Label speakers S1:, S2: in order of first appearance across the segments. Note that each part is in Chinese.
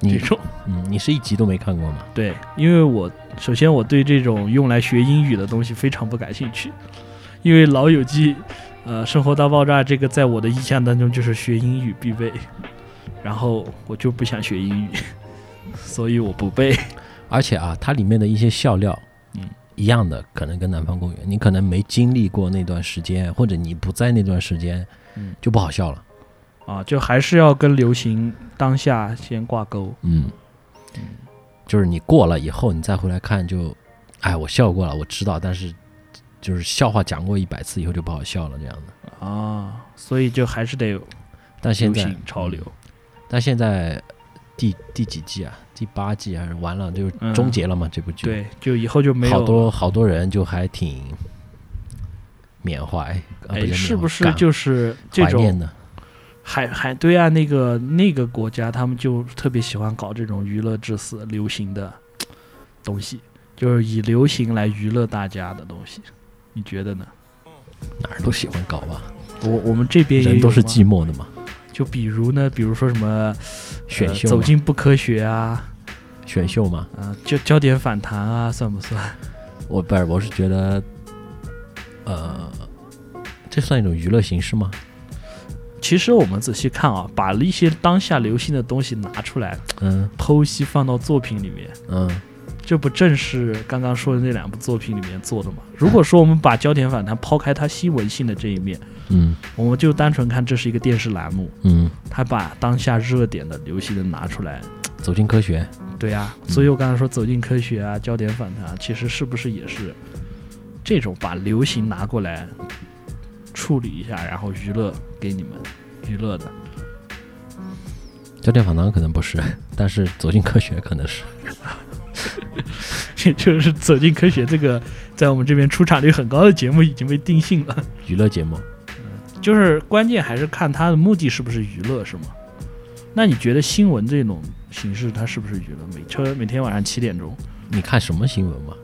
S1: 你
S2: 这种。
S1: 嗯，你是一集都没看过吗？
S2: 对，因为我首先我对这种用来学英语的东西非常不感兴趣，因为《老友记》呃，《生活大爆炸》这个在我的印象当中就是学英语必备，然后我就不想学英语， 所以我不背。
S1: 而且啊，它里面的一些笑料，
S2: 嗯，
S1: 一样的，可能跟《南方公园》，你可能没经历过那段时间，或者你不在那段时间，
S2: 嗯
S1: 就不好笑了。
S2: 啊，就还是要跟流行当下先挂钩。
S1: 嗯，就是你过了以后，你再回来看，就，哎，我笑过了，我知道，但是就是笑话讲过一百次以后就不好笑了这样的。
S2: 啊，所以就还是得
S1: 但现
S2: 流
S1: 在
S2: 行潮流。
S1: 但现在第第几季啊？第八季还是完了，就是
S2: 嗯
S1: 终结了嘛？这部剧。
S2: 对，就以后就没有
S1: 好多好多人就还挺缅怀，啊
S2: 哎，
S1: 不
S2: 是不
S1: 缅怀
S2: 是
S1: 感
S2: 就是这
S1: 怀念
S2: 种
S1: 的？
S2: 海海对岸那个那个国家，他们就特别喜欢搞这种娱乐至死、流行的东西，就是以流行来娱乐大家的东西。你觉得呢？
S1: 哪儿都喜欢搞吧，
S2: 我我们这边也
S1: 人都
S2: 有
S1: 是
S2: 吗
S1: 寂寞的嘛，
S2: 就比如呢，比如说什么
S1: 选
S2: 呃
S1: 秀
S2: 走
S1: 嘛
S2: 进不科学啊，
S1: 选秀嘛，
S2: 啊、就焦点反弹啊，算不算？
S1: 我不是我是觉得，呃，这算一种娱乐形式吗？
S2: 其实我们仔细看啊，把一些当下流行的东西拿出来
S1: 嗯
S2: 剖析放到作品里面，
S1: 嗯，
S2: 这不正是刚刚说的那两部作品里面做的吗？如果说我们把焦点反弹抛开它新闻性的这一面，
S1: 嗯
S2: 我们就单纯看这是一个电视栏目，
S1: 嗯，
S2: 它把当下热点的、流行的拿出来，
S1: 走进科学，
S2: 对呀、所以我刚才说走进科学啊，焦点反弹啊，其实是不是也是这种把流行拿过来处理一下，然后娱乐给你们娱乐的？
S1: 焦点访谈可能不是， 但是走进科学可能是。
S2: 这就是走进科学这个在我们这边出场率很高的节目已经被定性了。
S1: 娱乐节目，
S2: 就是关键还是看它的目的是不是娱乐，是吗？那你觉得新闻这种形式它是不是娱乐？每车每天晚上七点钟
S1: 你看什么新闻嘛？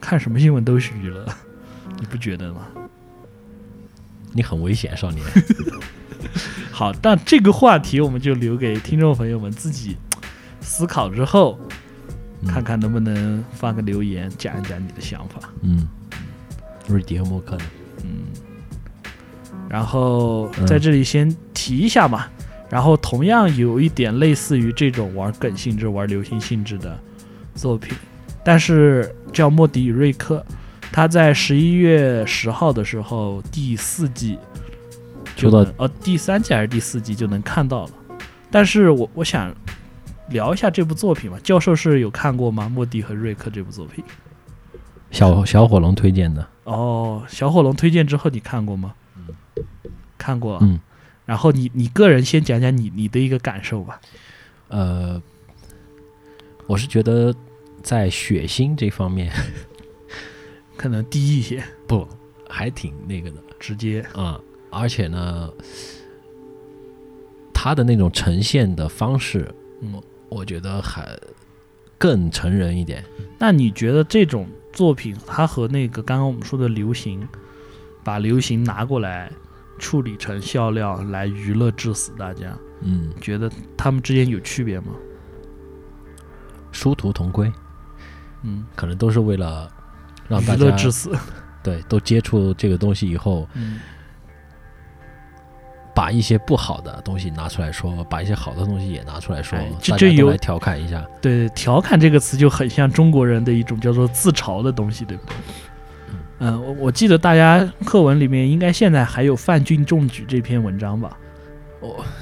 S2: 看什么新闻都是娱乐， 你不觉得吗？
S1: 你很危险，少 年。
S2: 好，但这个话题我们就留给听众朋友们自己思考之后，
S1: 嗯
S2: 看看能不能发个留言讲一讲你的想法。
S1: 嗯，瑞迪和莫克呢？
S2: 嗯然后
S1: 嗯
S2: 在这里先提一下嘛。然后同样有一点类似于这种玩梗性质、玩流行性质的作品，但是叫莫迪与瑞克，他在十一月十号的时候第四季就
S1: 说到
S2: 能呃第三季还是第四季就能看到了。但是我我想聊一下这部作品嘛，教授是有看过吗？莫迪和瑞克这部作品？
S1: 小小火龙推荐的，
S2: 哦，小火龙推荐之后你看过吗？看过。啊
S1: 嗯。
S2: 然后你你个人先讲讲你你的一个感受吧。
S1: 呃，我是觉得在血腥这方面
S2: 可能低一些，
S1: 不还挺那个的
S2: 直接
S1: 啊、而且呢，他的那种呈现的方式，
S2: 嗯。
S1: 我觉得还更成人一点。
S2: 那你觉得这种作品，它和那个刚刚我们说的流行，把流行拿过来处理成笑料来娱乐致死大家，
S1: 嗯，
S2: 你觉得他们之间有区别吗？
S1: 殊途同归，
S2: 嗯，
S1: 可能都是为了让大
S2: 娱乐
S1: 家
S2: 致死。
S1: 对都接触这个东西以后，
S2: 嗯
S1: 把一些不好的东西拿出来说，把一些好的东西也拿出来说，
S2: 哎这
S1: 大
S2: 这
S1: 家都
S2: 有
S1: 来调侃一下。
S2: 对，调侃这个词就很像中国人的一种叫做自嘲的东西，对不对？嗯，我我记得大家课文里面应该现在还有范进中举这篇文章吧？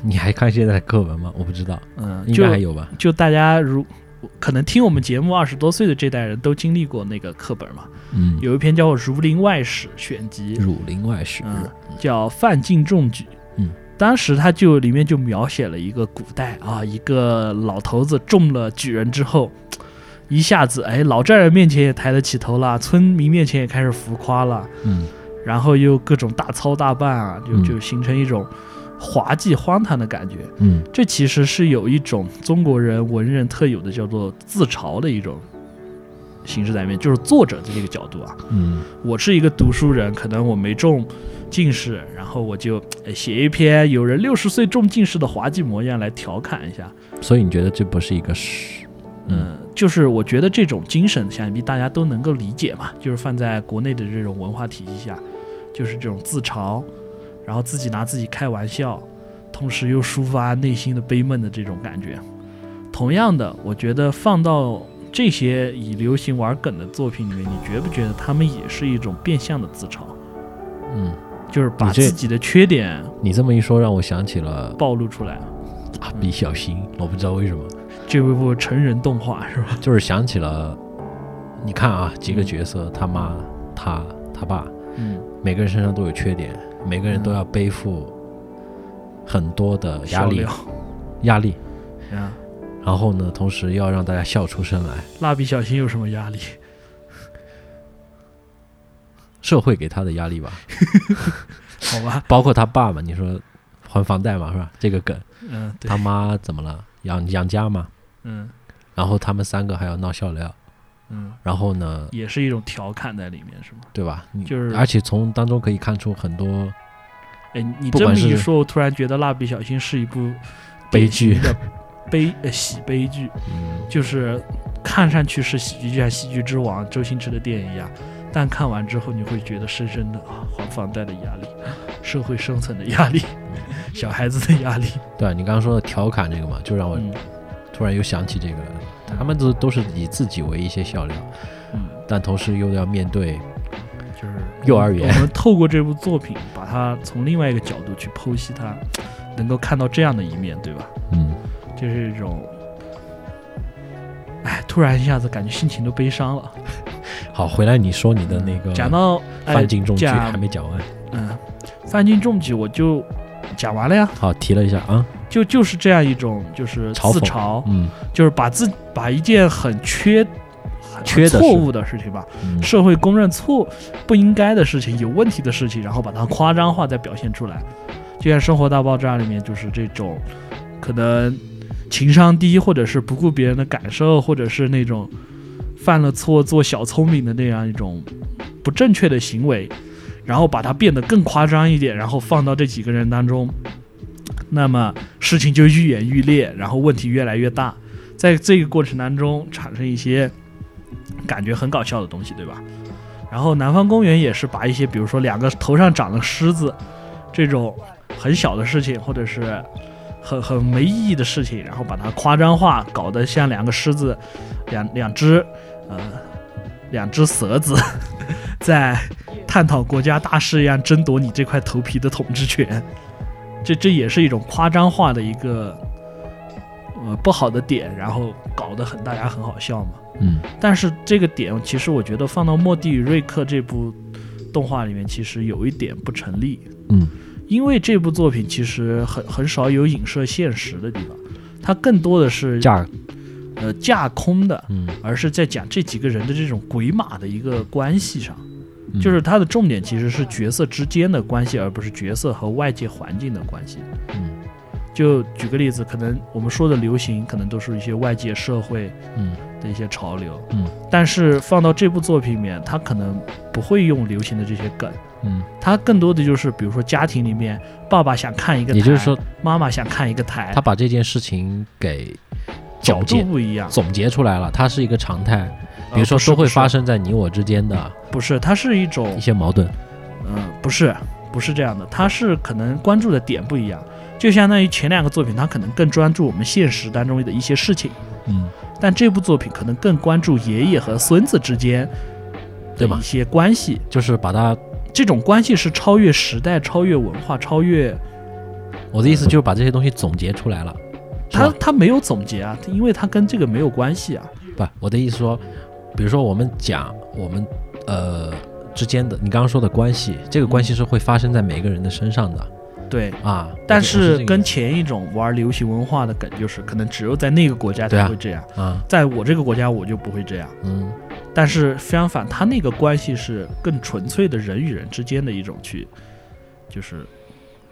S1: 你还看现在的课文吗？我不知道，
S2: 嗯，
S1: 应
S2: 就
S1: 该还有吧。
S2: 就大家如可能听我们节目二十多岁的这代人都经历过那个课本嘛，
S1: 嗯，
S2: 有一篇叫《儒林外史选集》，
S1: 儒林外史，
S2: 嗯，叫范进中举。
S1: 嗯，
S2: 当时他就里面就描写了一个古代啊，一个老头子中了举人之后，一下子哎，老丈人面前也抬得起头了，村民面前也开始浮夸了，
S1: 嗯
S2: 然后又各种大操大办啊，就
S1: 嗯
S2: 就形成一种滑稽荒唐的感觉。
S1: 嗯
S2: 这其实是有一种中国人文人特有的叫做自嘲的一种形式在里面，就是作者的这个角度啊。
S1: 嗯
S2: 我是一个读书人，可能我没中进士，然后我就哎写一篇有人六十岁中进士的滑稽模样来调侃一下。
S1: 所以你觉得这不是一个事？
S2: 嗯，就是我觉得这种精神想必大家都能够理解嘛，就是放在国内的这种文化体系下，就是这种自嘲，然后自己拿自己开玩笑，同时又抒发内心的悲闷的这种感觉。同样的，我觉得放到这些以流行玩梗的作品里面，你觉不觉得他们也是一种变相的自嘲？
S1: 嗯，
S2: 就是把
S1: 你这
S2: 自己的缺点
S1: 你这么一说，让我想起了
S2: 暴露出来。
S1: 蜡笔小新，我不知道为什么，
S2: 这部成人动画是吧？
S1: 就是想起了，你看啊，几个
S2: 嗯
S1: 角色，他妈、他、他爸，
S2: 嗯，
S1: 每个人身上都有缺点，每个人都要背负很多的压力，
S2: 小
S1: 压力。
S2: 柳啊，
S1: 然后呢，同时要让大家笑出声来，
S2: 蜡笔小新有什么压力？
S1: 社会给他的压力吧，
S2: 嗯 好吧，
S1: 包括他爸嘛，你说还房贷嘛，是吧？这个梗，
S2: 嗯，对
S1: 他，妈怎么了？养养家嘛。
S2: 嗯
S1: 然后他们三个还要闹笑料，
S2: 嗯，
S1: 然后呢，
S2: 也是一种调侃在里面，是吗？
S1: 对吧？你
S2: 就是
S1: 而且从当中可以看出很多
S2: 哎，你
S1: 不
S2: 这么
S1: 管
S2: 一
S1: 是
S2: 说，我突然觉得《蜡笔小新》是一部
S1: 悲剧
S2: 典型的悲呃喜悲剧，
S1: 嗯
S2: 就是看上去是喜剧，就像啊《喜剧之王》周星驰的电影一样，但看完之后你会觉得深深的啊，还房贷的压力，社会生存的压力， 小孩子的压力，
S1: 对啊你刚刚说的调侃这个嘛，就让我
S2: 嗯
S1: 突然又想起这个来了。他们都都是以自己为一些笑料，
S2: 嗯。
S1: 但同时又要面对，
S2: 就是
S1: 幼儿园
S2: 我们透过这部作品，把它从另外一个角度去剖析它，能够看到这样的一面，对吧？
S1: 嗯，
S2: 就是一种，哎，突然一下子感觉心情都悲伤了。
S1: 好，回来你说你的那个
S2: 嗯讲到哎
S1: 范进中举
S2: 讲
S1: 还没讲完，
S2: 嗯，范进中举，我就讲完了呀，
S1: 好提了一下啊，
S2: 就就是这样一种，就是
S1: 嘲讽
S2: 自嘲，
S1: 嗯，
S2: 就是把自把一件很缺。很
S1: 缺的事
S2: 错误的事情吧，
S1: 嗯
S2: 社会公认错不应该的事情、有问题的事情，然后把它夸张化再表现出来。就像《生活大爆炸》里面就是这种，可能情商低，或者是不顾别人的感受，或者是那种犯了错做小聪明的那样一种不正确的行为，然后把它变得更夸张一点，然后放到这几个人当中，那么事情就愈演愈烈，然后问题越来越大。在这个过程当中产生一些感觉很搞笑的东西，对吧？然后南方公园也是把一些，比如说两个头上长了虱子这种很小的事情，或者是很很没意义的事情，然后把它夸张化，搞得像两个狮子，两两只呃两只蛇子 在探讨国家大事一样争夺你这块头皮的统治权。这这也是一种夸张化的一个呃不好的点，然后搞得很大家很好笑嘛。
S1: 嗯
S2: 但是这个点，其实我觉得放到《莫蒂与瑞克》这部动画里面，其实有一点不成立，
S1: 嗯
S2: 因为这部作品其实很很少有影射现实的地方，它更多的是
S1: 架
S2: 呃架空的，
S1: 嗯，
S2: 而是在讲这几个人的这种鬼马的一个关系上，
S1: 嗯
S2: 就是它的重点其实是角色之间的关系，而不是角色和外界环境的关系。
S1: 嗯
S2: 就举个例子，可能我们说的流行，可能都是一些外界社会
S1: 嗯
S2: 的一些潮流，
S1: 嗯，
S2: 但是放到这部作品里面，它可能不会用流行的这些梗，
S1: 嗯，
S2: 它更多的就是比如说家庭里面，爸爸想看一个台，
S1: 也就是说，
S2: 妈妈想看一个台，
S1: 他把这件事情给
S2: 角
S1: 总
S2: 度
S1: 结
S2: 不一样，
S1: 总结出来了，它是一个常态，比如说
S2: 呃
S1: 都会发，
S2: 不是嗯
S1: 生在你我之间的
S2: 不是不是，它是一种
S1: 一些矛盾，
S2: 嗯，不是，不是这样的，它是可能关注的点不一样，就相当于前两个作品，它可能更专注我们现实当中的一些事情，
S1: 嗯，
S2: 但这部作品可能更关注爷爷和孙子之间的
S1: 对吧
S2: 一些关系，
S1: 就是把它，
S2: 这种关系是超越时代、超越文化、超越
S1: 我的
S2: 嗯
S1: 意思就是把这些东西总结出来了，是
S2: 它
S1: 吧
S2: 它没有总结啊，因为它跟这个没有关系啊，
S1: 不，我的意思说，比如说我们讲我们呃之间的，你刚刚说的关系，这个关系是会发生在每个人的身上的
S2: 对。
S1: 啊，
S2: 嗯但
S1: 我是
S2: 是
S1: 这个
S2: 跟
S1: 意思
S2: 前一种玩流行文化的梗，就是可能只有在那个国家
S1: 对
S2: 才
S1: 啊
S2: 会这样，
S1: 啊，
S2: 在我这个国家我就不会这样。
S1: 嗯
S2: 但是相反，他那个关系是更纯粹的人与人之间的一种去，就是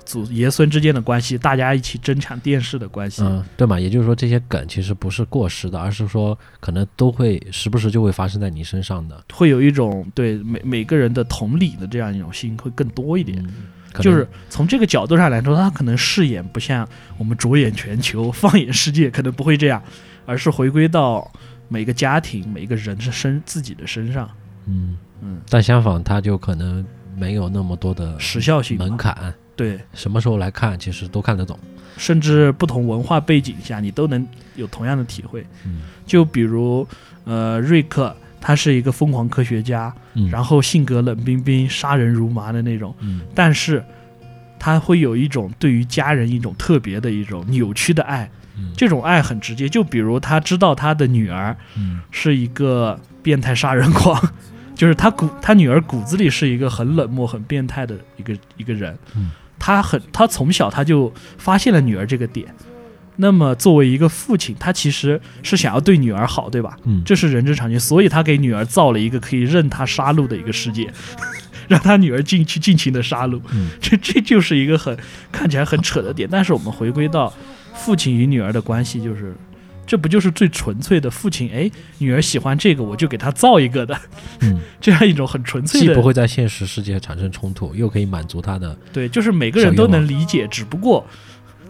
S2: 祖爷孙之间的关系，大家一起争抢电视的关系。
S1: 嗯，对嘛？也就是说，这些梗其实不是过时的，而是说可能都会时不时就会发生在你身上的。
S2: 会有一种对每每个人的同理的这样一种心会更多一点。
S1: 嗯，可能
S2: 就是从这个角度上来说，他可能饰演不像我们着眼全球、 放眼世界，可能不会这样，而是回归到每个家庭、每个人是身自己的身上，
S1: 嗯
S2: 嗯，
S1: 但相反，它就可能没有那么多的
S2: 时效性嘛
S1: 门槛，
S2: 对，
S1: 什么时候来看其实都看得懂。
S2: 甚至不同文化背景下，你都能有同样的体会。
S1: 嗯
S2: 就比如，呃，瑞克他是一个疯狂科学家，
S1: 嗯，
S2: 然后性格冷冰冰、杀人如麻的那种，
S1: 嗯
S2: 但是他会有一种对于家人一种特别的一种扭曲的爱，
S1: 嗯
S2: 这种爱很直接。就比如他知道他的女儿
S1: 嗯
S2: 是一个变态杀人狂， 就是他骨他女儿骨子里是一个很冷漠、很变态的一个一个人。
S1: 嗯
S2: 他很他从小他就发现了女儿这个点。那么作为一个父亲，他其实是想要对女儿好，对吧？
S1: 嗯，
S2: 这是人之常情，所以他给女儿造了一个可以任他杀戮的一个世界， 让他女儿尽去尽情的杀戮。
S1: 嗯
S2: 这这就是一个很看起来很扯的点，但是我们回归到父亲与女儿的关系，就是这不就是最纯粹的父亲？哎，女儿喜欢这个，我就给她造一个的，
S1: 嗯，
S2: 这样一种很纯粹
S1: 既不
S2: 的。
S1: 会在现实世界产生冲突，又可以满足他的
S2: 对，就是每个人都能理解，只不过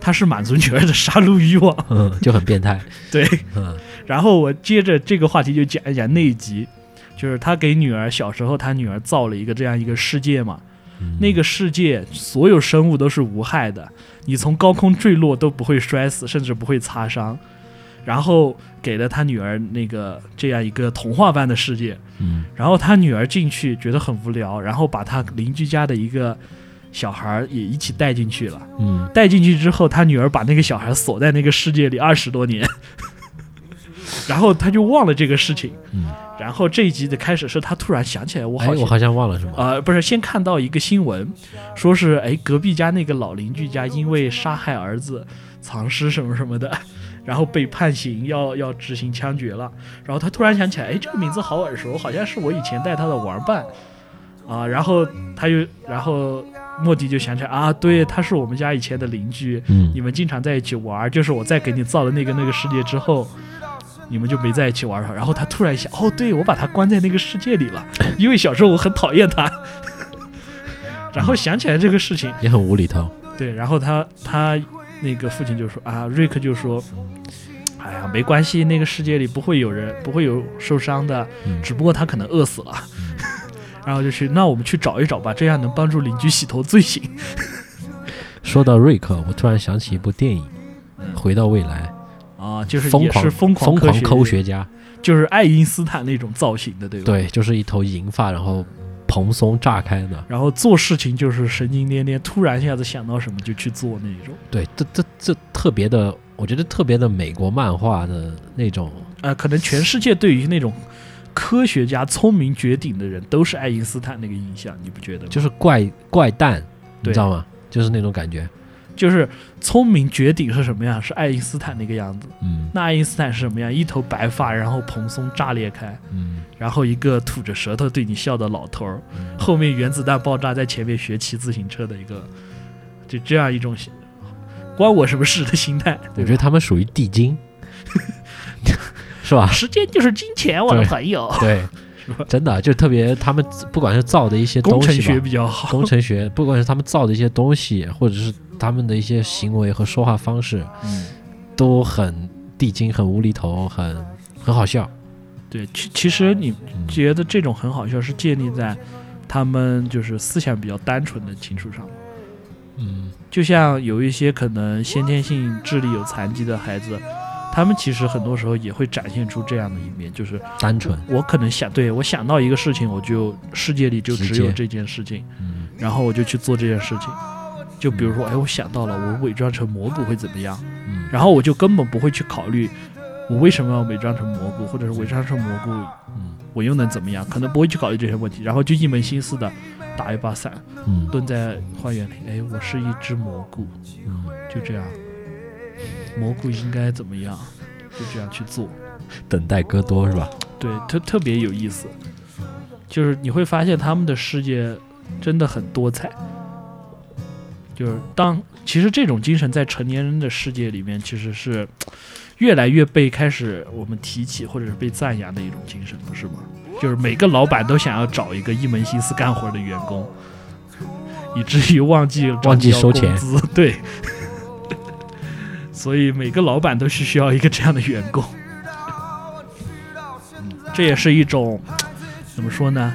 S2: 他是满足女儿的杀戮欲望。
S1: 嗯，就很变 态。
S2: 对，
S1: 嗯
S2: 然后我接着这个话题就讲一讲那一集，就是他给女儿小时候，他女儿造了一个这样一个世界嘛。
S1: 嗯
S2: 那个世界所有生物都是无害的，你从高空坠落都不会摔死，甚至不会擦伤。然后给了他女儿那个这样一个童话般的世界，
S1: 嗯
S2: 然后他女儿进去觉得很无聊，然后把他邻居家的一个小孩儿也一起带进去了。
S1: 嗯，
S2: 带进去之后，他女儿把那个小孩锁在那个世界里二十多年， 然后他就忘了这个事情。
S1: 嗯
S2: 然后这一集的开始是他突然想起来，我
S1: 哎，
S2: 好
S1: 我
S2: 像。
S1: 好像忘了什么。
S2: 呃，不是，先看到一个新闻，说是哎，隔壁家那个老邻居家因为杀害儿子、藏尸什么什么的， 然后被判刑，要要执行枪决了。然后他突然想起来，哎，这个名字好耳熟，好像是我以前带他的玩伴啊。然后他又，然后莫迪就想起来啊，对，他是我们家以前的邻居，
S1: 嗯
S2: 你们经常在一起玩，就是我在给你造了那个那个世界之后，你们就没在一起玩了。然后他突然想，哦，对，我把他关在那个世界里了， 因为小时候我很讨厌他。然后想起来这个事情，
S1: 也很无厘头。
S2: 对，然后他他那个父亲就说啊，瑞克就说，哎呀，没关系，那个世界里不会有人不会有受伤的，
S1: 嗯
S2: 只不过他可能饿死了。 然后就去，那我们去找一找吧，这样能帮助邻居洗头罪行。
S1: 说到瑞克，我突然想起一部电影
S2: 嗯
S1: 《回到未来
S2: 啊，就是》，
S1: 疯
S2: 也
S1: 狂
S2: 是疯
S1: 狂
S2: 科学
S1: 科学家，
S2: 就是爱因斯坦那种造型的，对吧？。
S1: 对，就是一头银发，然后蓬松炸开的。
S2: 然后做事情就是神经颠颠，突然一下子想到什么就去做那种。
S1: 对，这这这特别的，我觉得特别的美国漫画的那种，
S2: 呃，可能全世界对于那种科学家、聪明绝顶的人，都是爱因斯坦那个印象，你不觉得吗？
S1: 就是怪怪诞，你
S2: 对
S1: 知道吗？就是那种感觉。
S2: 就是聪明绝顶是什么样？是爱因斯坦那个样子。
S1: 嗯
S2: 那爱因斯坦是什么样？一头白发，然后蓬松炸裂开，
S1: 嗯
S2: 然后一个吐着舌头对你笑的老头儿，后面原子弹爆炸在前面学骑自行车的一个，就这样一种关我什么事的心态。
S1: 我
S2: 对
S1: 觉得
S2: 吧
S1: 他们属于地精， 是吧？
S2: 时间就是金钱，我的朋友。
S1: 对， 真的啊就特别，他们不管是造的一些
S2: 工
S1: 东
S2: 程
S1: 西吧
S2: 学，比较 好，
S1: 工程学，不管是他们造的一些东西，或者是他们的一些行为和说话方式，
S2: 嗯，
S1: 都很地精、很无厘头、很很好笑。
S2: 对，其其实你
S1: 嗯
S2: 觉得这种很好笑，是建立在他们就是思想比较单纯的基础上。
S1: 嗯
S2: 就像有一些可能先天性智力有残疾的孩子，他们其实很多时候也会展现出这样的一面，就是
S1: 单纯。
S2: 我可能想，对我想到一个事情，我就世界里就
S1: 直
S2: 只有
S1: 接
S2: 这件事情，
S1: 嗯
S2: 然后我就去做这件事情。就比如说，哎，我想到了，我伪装成蘑菇会怎么样？
S1: 嗯
S2: 然后我就根本不会去考虑我为什么要伪装成蘑菇，或者是伪装成蘑菇
S1: 嗯
S2: 我又能怎么样？可能不会去考虑这些问题，然后就一门心思的打一把伞，
S1: 嗯
S2: 蹲在花园里，哎，我是一只蘑菇，
S1: 嗯，
S2: 就这样，蘑菇应该怎么样？就这样去做，
S1: 等待戈多是吧？
S2: 对，特特别有意思，就是你会发现他们的世界真的很多彩。就是当其实这种精神在成年人的世界里面其实是越来越被开始我们提起或者是被赞扬的一种精神了，是吗？就是每个老板都想要找一个一门心思干活的员工，以至于忘记
S1: 忘记收
S2: 找你要工资， 对。所以每个老板都是需要一个这样的员工，嗯这也是一种怎么说呢？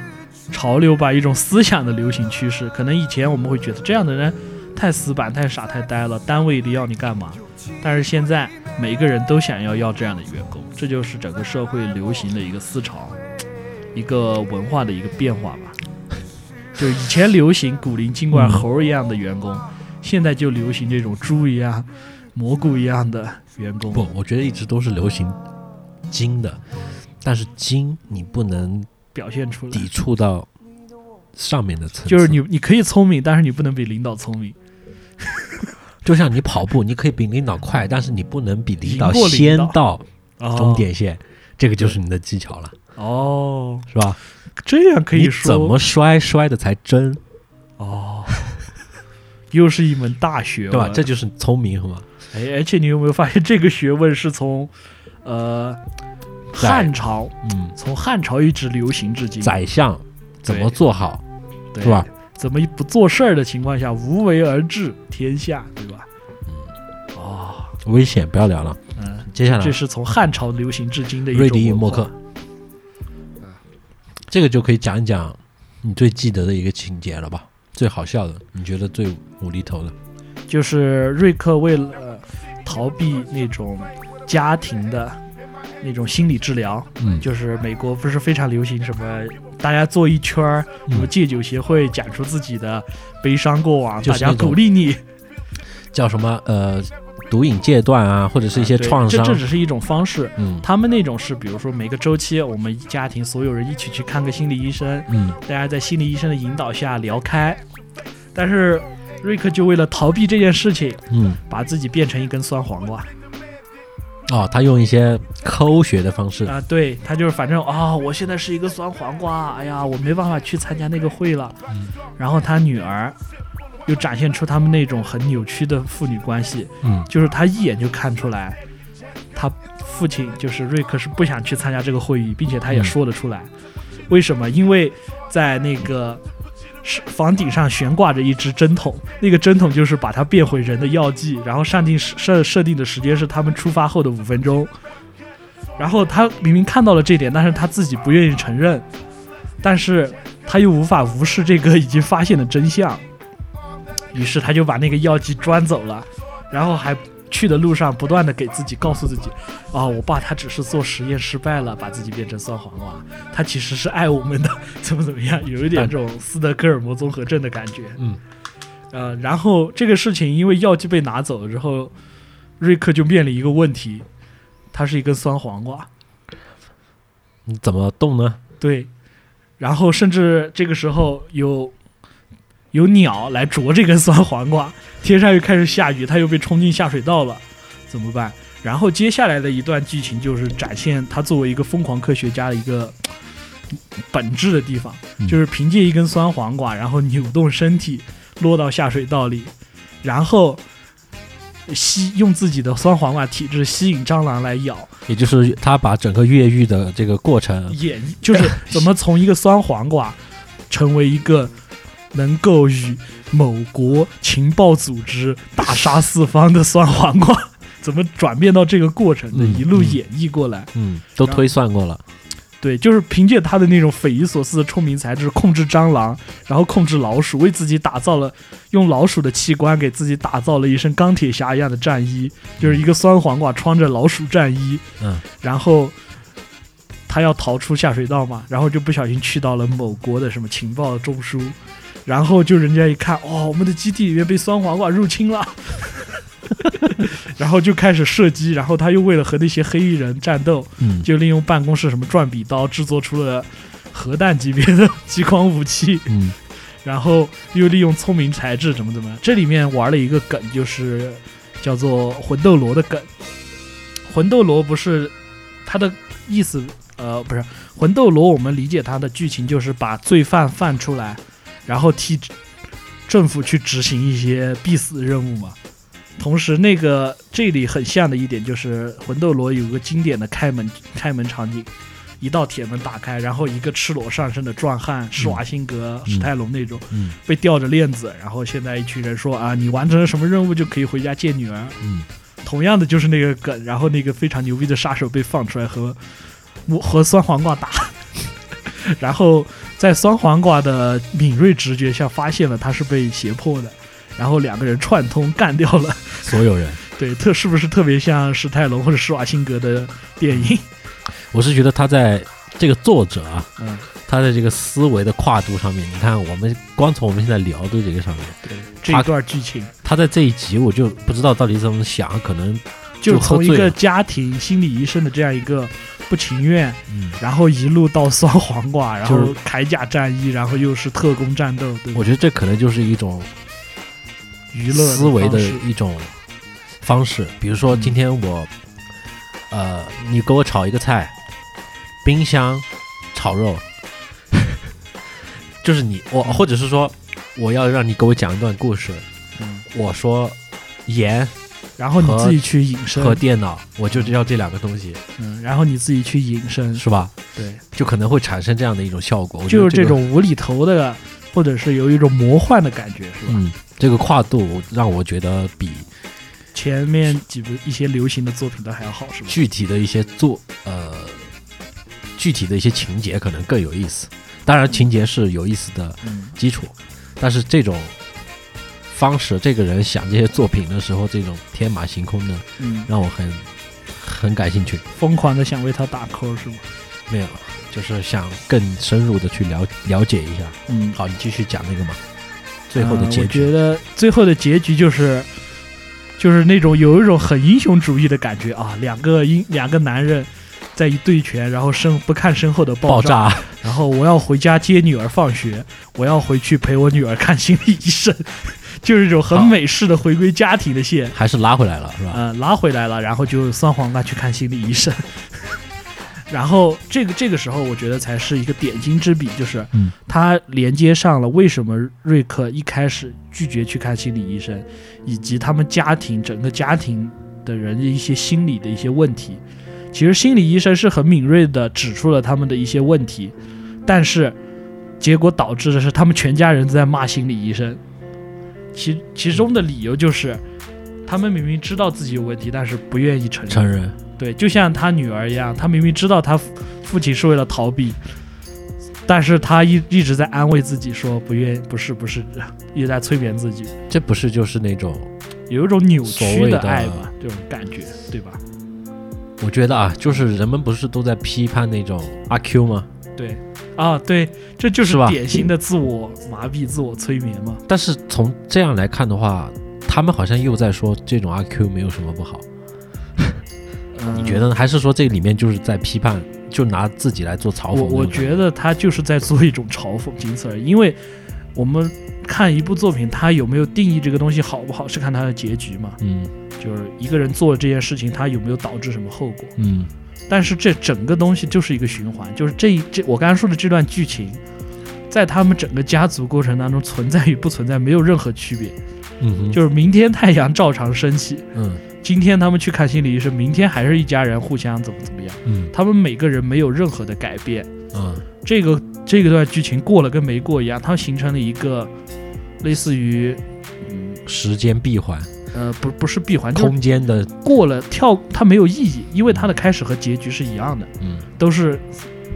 S2: 潮流吧，一种思想的流行趋势。可能以前我们会觉得这样的人太死板、太傻、太呆了，单位里要你干嘛？但是现在每个人都想要要这样的员工，这就是整个社会流行的一个思潮， 一个文化的一个变化吧。就以前流行古灵精怪、
S1: 嗯
S2: 猴儿一样的员工，现在就流行这种猪一样、蘑菇一样的员工。
S1: 不，我觉得一直都是流行精的，但是精你不能
S2: 表现出来，
S1: 抵触到上面的层次，
S2: 就是你你可以聪明，但是你不能比领导聪明，
S1: 就像你跑步，你可以比领导快，但是你不能比领导
S2: 赢过领
S1: 先
S2: 导
S1: 到
S2: 哦
S1: 终点线，这个就是你的技巧了，
S2: 哦。
S1: 是吧？
S2: 这样可以
S1: 你
S2: 说
S1: 怎么摔摔的才真，
S2: 哦，又是一门大学
S1: 对吧？
S2: 问。
S1: 这就是聪明，是吧？
S2: 哎，而且你有没有发现，这个学问是从呃
S1: 在
S2: 汉朝，
S1: 嗯，
S2: 从汉朝一直流行至今，
S1: 宰相怎么
S2: 对
S1: 做好，
S2: 对
S1: 是吧？？
S2: 怎么不做事儿的情况下，无为而治天下，对吧？哦，
S1: 危险，不要聊了。
S2: 嗯，
S1: 接下来啊
S2: 这是从汉朝流行至今的一种
S1: 瑞迪与
S2: 文
S1: 默
S2: 化
S1: 克，啊这个就可以讲一讲你最记得的一个情节了吧？最好笑的，你觉得最无厘头的？
S2: 就是瑞克为了呃逃避那种家庭的那种心理治疗，
S1: 嗯，
S2: 就是美国不是非常流行什么，大家坐一圈儿，什么
S1: 嗯
S2: 戒酒协会讲出自己的悲伤过往，
S1: 就
S2: 大
S1: 是
S2: 家
S1: 那种
S2: 鼓励你，
S1: 叫什么？呃，毒瘾戒断啊，或者是一些
S2: 对
S1: 创伤
S2: 这。这只是一种方式。
S1: 嗯
S2: 他们那种是，比如说每个周期，我们家庭所有人一起去看个心理医生，
S1: 嗯，
S2: 大家在心理医生的引导下聊开。但是瑞克就为了逃避这件事情，
S1: 嗯，
S2: 把自己变成一根酸黄瓜。
S1: 哦，他用一些科学的方式，
S2: 啊、对他就是反正啊、我现在是一个酸黄瓜，哎呀，我没办法去参加那个会了。
S1: 嗯
S2: 然后他女儿又展现出他们那种很扭曲的父女关系，
S1: 嗯，
S2: 就是他一眼就看出来，他父亲就是瑞克是不想去参加这个会议，并且他也
S1: 嗯
S2: 说得出来，为什么？因为在那个。是房顶上悬挂着一只针筒，那个针筒就是把它变回人的药剂，然后上定时设设定的时间是他们出发后的五分钟，然后他明明看到了这点，但是他自己不愿意承认，但是他又无法无视这个已经发现的真相，于是他就把那个药剂装走了，然后还去的路上不断的给自己告诉自己，啊，我爸他只是做实验失败了，把自己变成酸黄瓜，他其实是爱我们的， 怎么怎么样，有一点这种斯德哥尔摩综合症的感觉。
S1: 嗯，
S2: 呃，然后这个事情因为药剂被拿走了之后，瑞克就面临一个问题，他是一根酸黄瓜。
S1: 你怎么动呢？
S2: 对，然后甚至这个时候有有鸟来啄这根酸黄瓜，天上又开始下雨，它又被冲进下水道了，怎么办？然后接下来的一段剧情就是展现他作为一个疯狂科学家的一个本质的地方，
S1: 嗯
S2: 就是凭借一根酸黄瓜，然后扭动身体落到下水道里，然后吸用自己的酸黄瓜体质吸引蟑螂来咬，
S1: 也就是他把整个越狱的这个过程，
S2: 演绎，就是怎么从一个酸黄瓜成为一个能够与某国情报组织大杀四方的酸黄瓜， 怎么转变到这个过程的，
S1: 嗯
S2: 一路
S1: 嗯
S2: 演绎过来。
S1: 嗯，都推算过了，
S2: 对，就是凭借他的那种匪夷所思的聪明才智，控制蟑螂，然后控制老鼠，为自己打造了用老鼠的器官给自己打造了一身钢铁侠一样的战衣，就是一个酸黄瓜穿着老鼠战衣，
S1: 嗯，
S2: 然后他要逃出下水道嘛，然后就不小心去到了某国的什么情报中枢，然后就人家一看，哦，我们的基地里面被酸黄瓜入侵了。 然后就开始射击，然后他又为了和那些黑衣人战斗，
S1: 嗯
S2: 就利用办公室什么转笔刀制作出了核弹级别的 激光武器，
S1: 嗯
S2: 然后又利用聪明才智怎么怎么样。这里面玩了一个梗，就是叫做魂斗罗的梗。魂斗罗呃不是它的意思，呃，不是呃魂斗罗，我们理解它的剧情就是把罪犯放出来，然后替政府去执行一些必死任务嘛。同时，那个这里很像的一点就是《魂斗罗》有个经典的开门开门场景，一道铁门打开，然后一个赤裸上身的壮汉施瓦辛格、史泰龙那种
S1: 嗯
S2: 被吊着链子，然后现在一群人说啊，你完成了什么任务就可以回家见女儿。
S1: 嗯
S2: 同样的就是那个梗，然后那个非常牛逼的杀手被放出来和木和酸黄瓜打， 然后在酸黄瓜的敏锐直觉下发现了他是被胁迫的，然后两个人串通干掉了。
S1: 所有人，
S2: 对，特是不是特别像史泰龙或者施瓦辛格的 电影？
S1: 我是觉得他在这个作者啊，
S2: 嗯，
S1: 他的这个思维的跨度上面，你看我们光从我们现在聊的这个上面，
S2: 对，这一段剧情
S1: 他在这一集我就不知道到底怎么想，可能
S2: 就从
S1: 就喝
S2: 一
S1: 醉
S2: 个
S1: 了
S2: 家庭心理医生的这样一个不情愿，
S1: 嗯，
S2: 然后一路到酸黄瓜，然
S1: 就是
S2: 后铠甲战役，然后又是特工战斗，对吧，
S1: 我觉得这可能就是一种
S2: 娱乐
S1: 思维的
S2: 方式
S1: 一种方式。比如说，
S2: 嗯
S1: 今天我，呃，你给我炒一个菜，冰箱炒肉， 就是你我，
S2: 嗯
S1: 或者是说，我要让你给我讲一段故事，
S2: 嗯
S1: 我说盐
S2: 然后你
S1: 和
S2: 自己去引
S1: 和
S2: 申，
S1: 电脑，我就要这两个东西，
S2: 嗯，然后你自己去引申，
S1: 是吧？
S2: 对，
S1: 就可能会产生这样的一种效果。我觉得
S2: 就是这
S1: 个，
S2: 种无厘头的，或者是有一种魔幻的感觉，是吧？
S1: 嗯，这个跨度让我觉得比
S2: 前面几部一些流行的作品都还要好，是吧？
S1: 具体的一些做呃具体的一些情节可能更有意思。当然，情节是有意思的
S2: 嗯，
S1: 基础，但是这种方式，这个人想这些作品的时候，这种天马行空的，
S2: 嗯，
S1: 让我很很感兴趣。
S2: 疯狂的想为他打 call 是吗？
S1: 没有，就是想更深入的去了了解一下。
S2: 嗯，
S1: 好，你继续讲那个嘛，最后的结
S2: 啊呃我觉
S1: 局。
S2: 得最后的结局就是，就是那种有一种很英雄主义的感觉啊，两个英两个男人在一对拳，然后身不看身后的
S1: 爆
S2: 炸
S1: 炸，
S2: 然后我要回家接女儿放学，我要回去陪我女儿看心理医生， 就是一种很
S1: 好
S2: 美式的回归家庭的线。
S1: 还是拉回来了，是吧？
S2: 呃，拉回来了，然后就酸黄瓜去看心理医生。 然后这个这个时候，我觉得才是一个点睛之笔，就是
S1: 嗯
S2: 它连接上了为什么瑞克一开始拒绝去看心理医生，以及他们家庭整个家庭的人的一些心理的一些问题。其实心理医生是很敏锐的指出了他们的一些问题，但是结果导致的是他们全家人都在骂心理医生。其其中的理由就是，他们明明知道自己有问题，但是不愿意承认。
S1: 承认，
S2: 对，就像他女儿一样，他明明知道他父父亲是为了逃避，但是他一一直在安慰自己说不愿不是不是，一直在催眠自己，
S1: 这不是就是那种
S2: 有一种扭
S1: 所
S2: 曲
S1: 谓的
S2: 爱吧，这种感觉，对吧？
S1: 我觉得啊，就是人们不是都在批判那种阿 Q 吗？
S2: 对，啊对，这就是
S1: 是吧
S2: 典型的自我麻痹、自我催眠嘛。
S1: 但是从这样来看的话，他们好像又在说这种阿 Q 没有什么不好，你觉
S2: 嗯
S1: 得呢？还是说这里面就是在批判，就拿自己来做嘲讽那种
S2: 我
S1: 感？
S2: 我觉得他就是在做一种嘲讽，仅此而已。因为我们看一部作品，它有没有定义这个东西好不好，是看它的结局嘛。
S1: 嗯
S2: 就是一个人做了这件事情，他有没有导致什么后果。
S1: 嗯，
S2: 但是这整个东西就是一个循环，就是这一这我刚才说的这段剧情，在他们整个家族过程当中存在与不存在没有任何区别。
S1: 嗯哼，
S2: 就是明天太阳照常升起，
S1: 嗯
S2: 今天他们去看心理医生，明天还是一家人互相怎么怎么样，
S1: 嗯
S2: 他们每个人没有任何的改变。
S1: 嗯
S2: 这个这个段剧情过了跟没过一样，它形成了一个类似于，嗯
S1: 时间闭环，
S2: 呃，不不是闭环，就是
S1: 空间的，
S2: 过了跳，它没有意义，因为它的开始和结局是一样的，
S1: 嗯
S2: 都是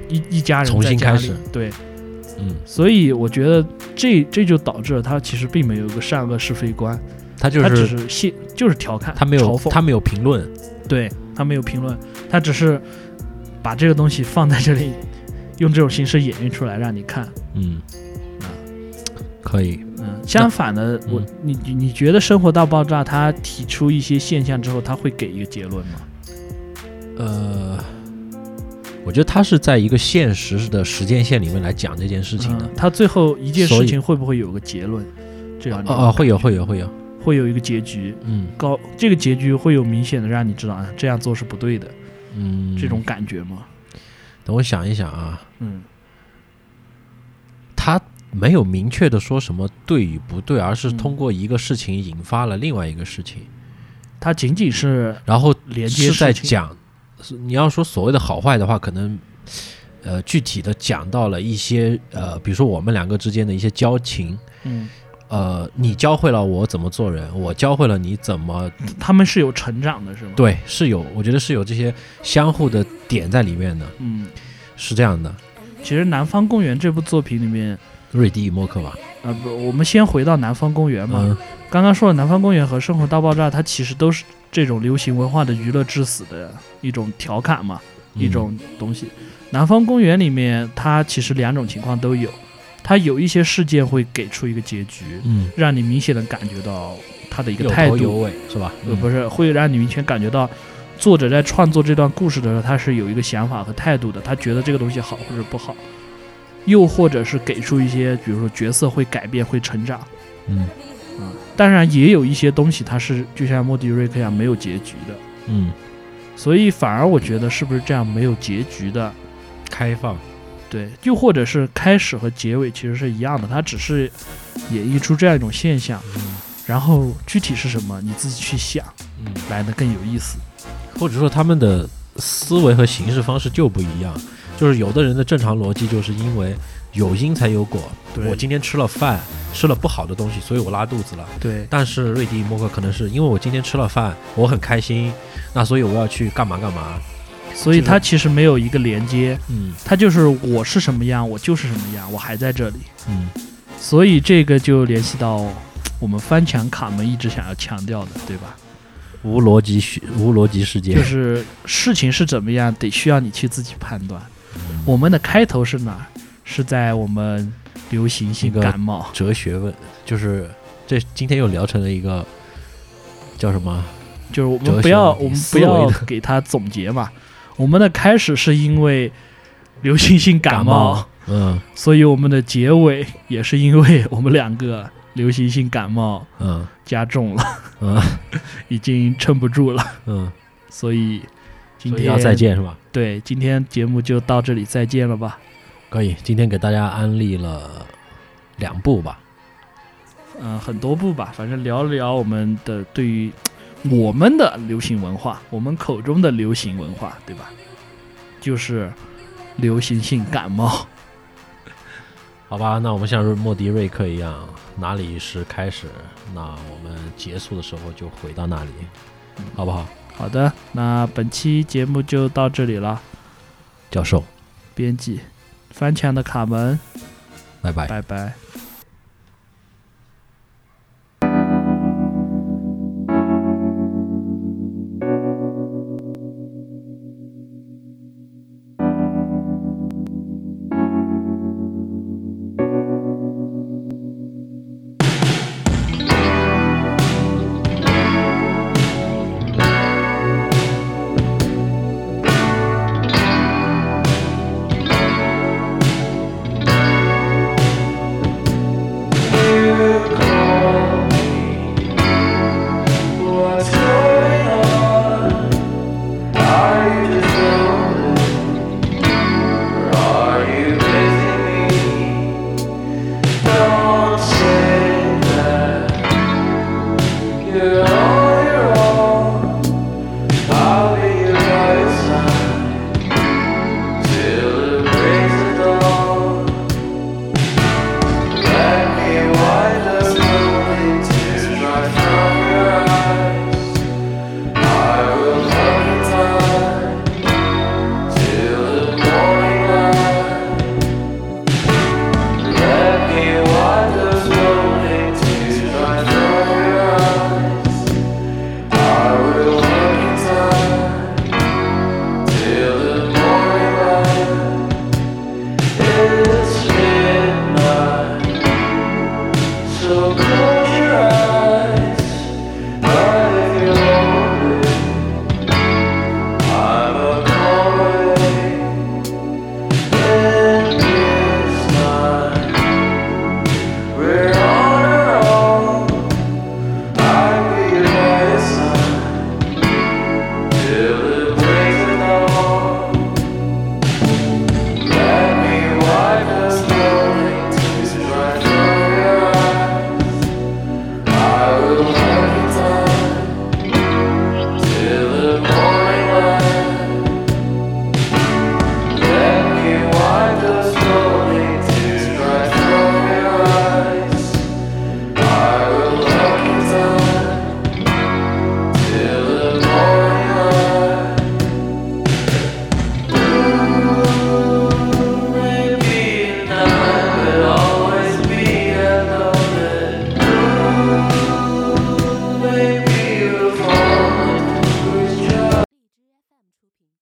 S2: 一一家人在
S1: 重新
S2: 家
S1: 开
S2: 里
S1: 始
S2: 对，
S1: 嗯，
S2: 所以我觉得这这就导致了它其实并没有一个善恶是非观，
S1: 他就
S2: 它只
S1: 是
S2: 是戏就是调侃，
S1: 他没
S2: 嘲
S1: 有
S2: 讽，
S1: 他没有评论，
S2: 对他没有评论，他只是把这个东西放在这里，用这种形式演绎出来让你看。
S1: 嗯
S2: 啊，
S1: 可以，
S2: 嗯，相反的，
S1: 嗯
S2: 我你你你觉得《生活大爆炸》它提出一些现象之后，它会给一个结论吗？
S1: 呃。我觉得他是在一个现实的时间线里面来讲这件事情的，
S2: 嗯它最后一件
S1: 所
S2: 事
S1: 以
S2: 情会不会有个结论？这样你
S1: 哦哦，会有会有会有，
S2: 会有一个结局，
S1: 嗯
S2: 高这个结局会有明显的让你知道啊，这样做是不对的
S1: 嗯，
S2: 这种感觉吗？
S1: 嗯等我想一想啊，
S2: 嗯
S1: 他没有明确的说什么对与不对，而是
S2: 嗯
S1: 通过一个事情引发了另外一个事情，
S2: 它仅仅是
S1: 然后
S2: 连接
S1: 是在
S2: 事情
S1: 讲，是你要说所谓的好坏的话，可能呃具体的讲到了一些呃，比如说我们两个之间的一些交情，
S2: 嗯，
S1: 呃，你教会了我怎么做人，我教会了你怎么
S2: 他们是有成长的，是吗？，
S1: 对，是有，我觉得是有这些相互的点在里面的，
S2: 嗯，
S1: 是这样的。
S2: 其实《南方公园》这部作品里面，
S1: 瑞迪与默克吧，
S2: 呃，不，我们先回到《南方公园》嘛。
S1: 嗯，
S2: 刚刚说了，《南方公园》和《生活大爆炸》，它其实都是这种流行文化的娱乐致死的一种调侃嘛，
S1: 嗯
S2: 一种东西。南方公园》里面，它其实两种情况都有，它有一些事件会给出一个结局，
S1: 嗯，
S2: 让你明显的感觉到它的一个
S1: 有
S2: 态
S1: 头
S2: 度
S1: 有尾是吧？
S2: 呃，不是，会让你明确感觉到，作者在创作这段故事的时候，他是有一个想法和态度的，他觉得这个东西好或者不好，又或者是给出一些，比如说角色会改变、会成长，
S1: 嗯
S2: 嗯，当然也有一些东西它是就像莫迪瑞克一样没有结局的，
S1: 嗯，
S2: 所以反而我觉得是不是这样没有结局的，
S1: 开放，
S2: 对，又或者是开始和结尾其实是一样的，它只是演绎出这样一种现象，然后具体是什么你自己去想
S1: 嗯，
S2: 来的更有意思，
S1: 或者说他们的思维和行事方式就不一样，就是有的人的正常逻辑就是因为有因才有果，
S2: 对
S1: 我今天吃了饭，吃了不好的东西，所以我拉肚子了。
S2: 对。
S1: 但是瑞迪与默克可能是因为我今天吃了饭，我很开心，那所以我要去干嘛干嘛。
S2: 所以它其实没有一个连接，
S1: 嗯
S2: 它就是我是什么样，我就是什么样，我还在这里。
S1: 嗯
S2: 所以这个就联系到我们翻墙卡门一直想要强调的，对吧？
S1: 无逻辑世无逻辑世界，
S2: 就是事情是怎么样，得需要你去自己判断。
S1: 嗯
S2: 我们的开头是哪儿？是在我们流行性
S1: 一个
S2: 感冒，
S1: 哲学问，就是这今天又聊成了一个叫什么？
S2: 就是我
S1: 哲
S2: 们
S1: 学
S2: 不要
S1: 问题
S2: 我们
S1: 思
S2: 不
S1: 维
S2: 要
S1: 的
S2: 给它总结嘛。我们的开始是因为流行性感冒，
S1: 嗯
S2: 所以我们的结尾也是因为我们两个流行性感冒
S1: 嗯
S2: 加重了，
S1: 嗯
S2: 已经撑不住了，
S1: 嗯，
S2: 所以今
S1: 所以
S2: 天
S1: 要再。见是吧？
S2: 对，今天节目就到这里，再见了吧？
S1: 可以，今天给大家安利了两部吧。
S2: 嗯、很多部吧，反正聊了聊我们的对于我们的流行文化，我们口中的流行文化，对吧？就是流行性感冒。
S1: 好吧，那我们像莫迪瑞克一样，哪里是开始，那我们结束的时候就回到那里，好不好？
S2: 好的，那本期节目就到这里了。
S1: 教授，
S2: 编辑，翻墙的卡门，
S1: 拜拜。
S2: 拜拜。